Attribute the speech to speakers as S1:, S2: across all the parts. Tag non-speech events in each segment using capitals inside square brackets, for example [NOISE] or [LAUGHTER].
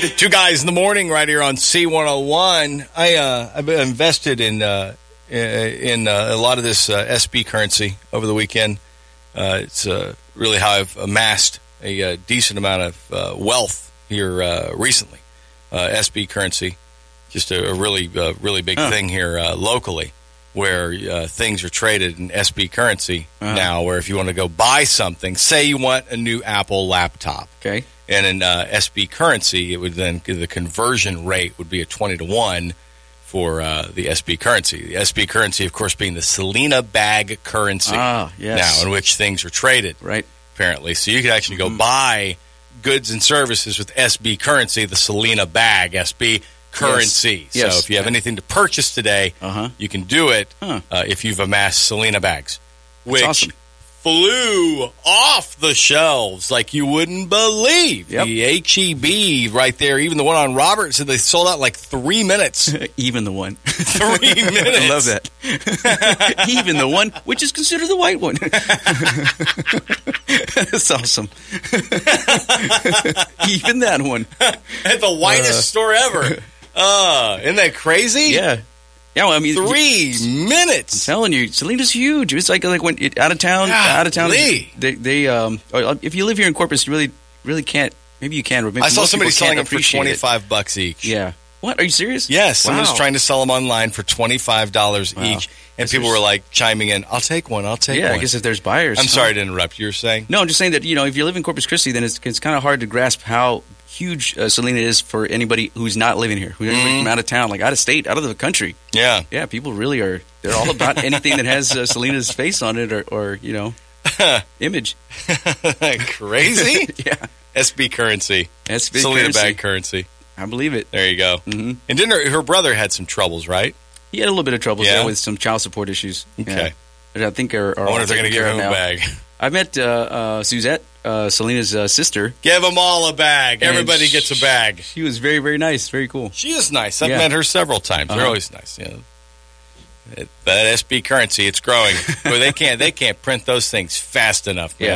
S1: Two guys in the morning, right here on C101. I uh, I've been invested in uh, in uh, a lot of this uh, SB currency over the weekend. Uh, it's uh, really how I've amassed a uh, decent amount of uh, wealth here uh, recently. Uh, SB currency, just a, a really uh, really big thing here uh, locally, where uh, things are traded in SB currency now. Where if you want to go buy something, say you want a new Apple laptop,
S2: Okay.
S1: and in uh, SB currency, it would then the conversion rate would be a twenty to one for uh, the SB currency. The SB currency, of course, being the Selena bag currency
S2: Ah, yes. Mm-hmm.
S1: now, in which things are traded
S2: Right.
S1: apparently. So you could actually go buy goods and services with SB currency, the Selena bag, SB currency.
S2: Yes.
S1: So if you have anything to purchase today,
S2: Uh-huh.
S1: you can do it
S2: Huh.
S1: uh, if you've amassed Selena bags, which
S2: awesome. [LAUGHS]
S1: flew off the shelves like you wouldn't believe.
S2: Yep.
S1: The HEB right there, even the one on Robert said they sold out like three
S2: [LAUGHS]
S1: minutes.
S2: Even
S1: [LAUGHS]
S2: the one.
S1: three minutes.
S2: I love that. [LAUGHS] Even the one which is considered the
S1: [LAUGHS]
S2: white one. That's awesome. [LAUGHS] Even that one.
S1: At the whitest store ever. Uh, isn't that crazy?
S2: Yeah. Yeah, well, I mean, I'm
S1: Three minutes.
S2: telling you, Selena's huge. It's like like when it, out of town, out of town.
S1: Golly.
S2: They, they um, or if you live here in Corpus, you really, really can't. Maybe you can. Or maybe
S1: I saw
S2: most
S1: somebody
S2: people
S1: selling them
S2: can't
S1: for
S2: appreciate
S1: twenty
S2: it.
S1: five bucks each.
S2: Yeah. What? Are you serious?
S1: Yes, someone was
S2: Wow.
S1: trying to sell them online for twenty five dollars
S2: Wow.
S1: each, and
S2: This
S1: people
S2: is-
S1: were like chiming in, "I'll take one, I'll take
S2: Yeah,
S1: one."
S2: I guess if there's buyers.
S1: I'm
S2: huh?
S1: sorry to interrupt. You were saying
S2: No, I'm just saying that you know if you live in Corpus Christi, then it's, it's kind of hard to grasp how huge uh, Selena is for anybody who's not living here, who's
S1: Mm-hmm.
S2: from out of town, like out of state, out of the country.
S1: yeah. [LAUGHS]
S2: Yeah, people really are. They're all about anything that has uh, Selena's face on it, or, or you know, image. [LAUGHS]
S1: Crazy
S2: Yeah,
S1: SB currency,
S2: that's big
S1: Selena
S2: currency.
S1: bag currency.
S2: I believe it.
S1: There you go.
S2: Mhm.
S1: And didn't her, her brother had some troubles, right?
S2: He had a little bit of trouble
S1: Yeah?
S2: there with some child support issues.
S1: Okay.
S2: Yeah. I think are, are
S1: I wonder if they're going to give him a
S2: now.
S1: bag. [LAUGHS]
S2: I met uh, uh, Suzette, uh, Selena's uh, sister.
S1: Give them all a bag.
S2: And
S1: Everybody gets a bag.
S2: She was very, very nice, very cool.
S1: She is nice. I've
S2: Yeah.
S1: met her several times. They're
S2: Uh-huh.
S1: always nice. Yeah. That- That SB currency, it's
S2: [LAUGHS]
S1: growing. Boy, they can't they can't print those things fast enough. Man.
S2: Yeah,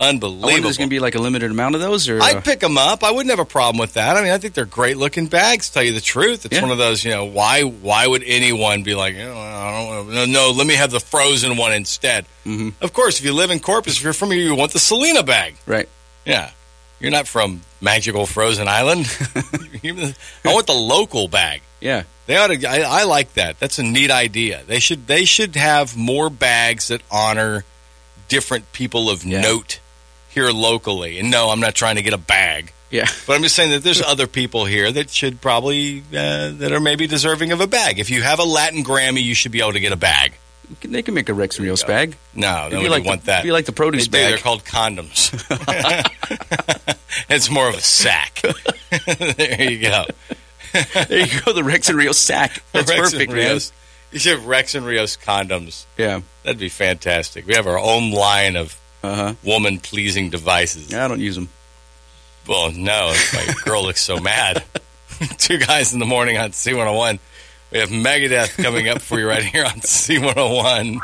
S2: I wonder if
S1: unbelievable.
S2: there's going to be like a limited amount of those, or uh,
S1: I'd pick them up. I wouldn't have a problem with that. I mean, I think they're great looking bags. to Tell you the truth, it's
S2: Yeah.
S1: one of those. You know, why why would anyone be like, oh, I don't wanna, no, no, let me have the frozen one instead?
S2: Mhm.
S1: Of course, if you live in Corpus, if you're from here, you want the Selena bag.
S2: right.
S1: Yeah, you're not from magical frozen island. [LAUGHS] I want the local bag.
S2: Yeah.
S1: They ought to. I, I like that. That's a neat idea. They should. They should have more bags that honor different people of
S2: Yeah.
S1: note here locally. And no, I'm not trying to get a bag,
S2: Yeah.
S1: but I'm just saying that
S2: [LAUGHS]
S1: there's other people here that should probably uh, that are maybe deserving of a bag. If you have a Latin Grammy, you should be able to get a bag.
S2: They can make a Rex and Rios bag.
S1: No,
S2: It'd be
S1: nobody
S2: like
S1: want
S2: the,
S1: that.
S2: it'd be like the
S1: They
S2: produce
S1: do. They're
S2: bag.
S1: called [LAUGHS] condoms. it's more of a [LAUGHS] sack. there you go.
S2: [LAUGHS] there you go, the Rex and Rios sack. That's
S1: Rex and
S2: perfect, man.
S1: Rios. You should have Rex and Rios condoms.
S2: Yeah.
S1: That'd be fantastic. We have our own line of
S2: Uh huh.
S1: woman pleasing devices.
S2: I don't use them.
S1: Well, no, it's my girl looks so mad. [LAUGHS] Two guys in oh oh the morning on C101. We have Megadeth coming up for you right here on C101.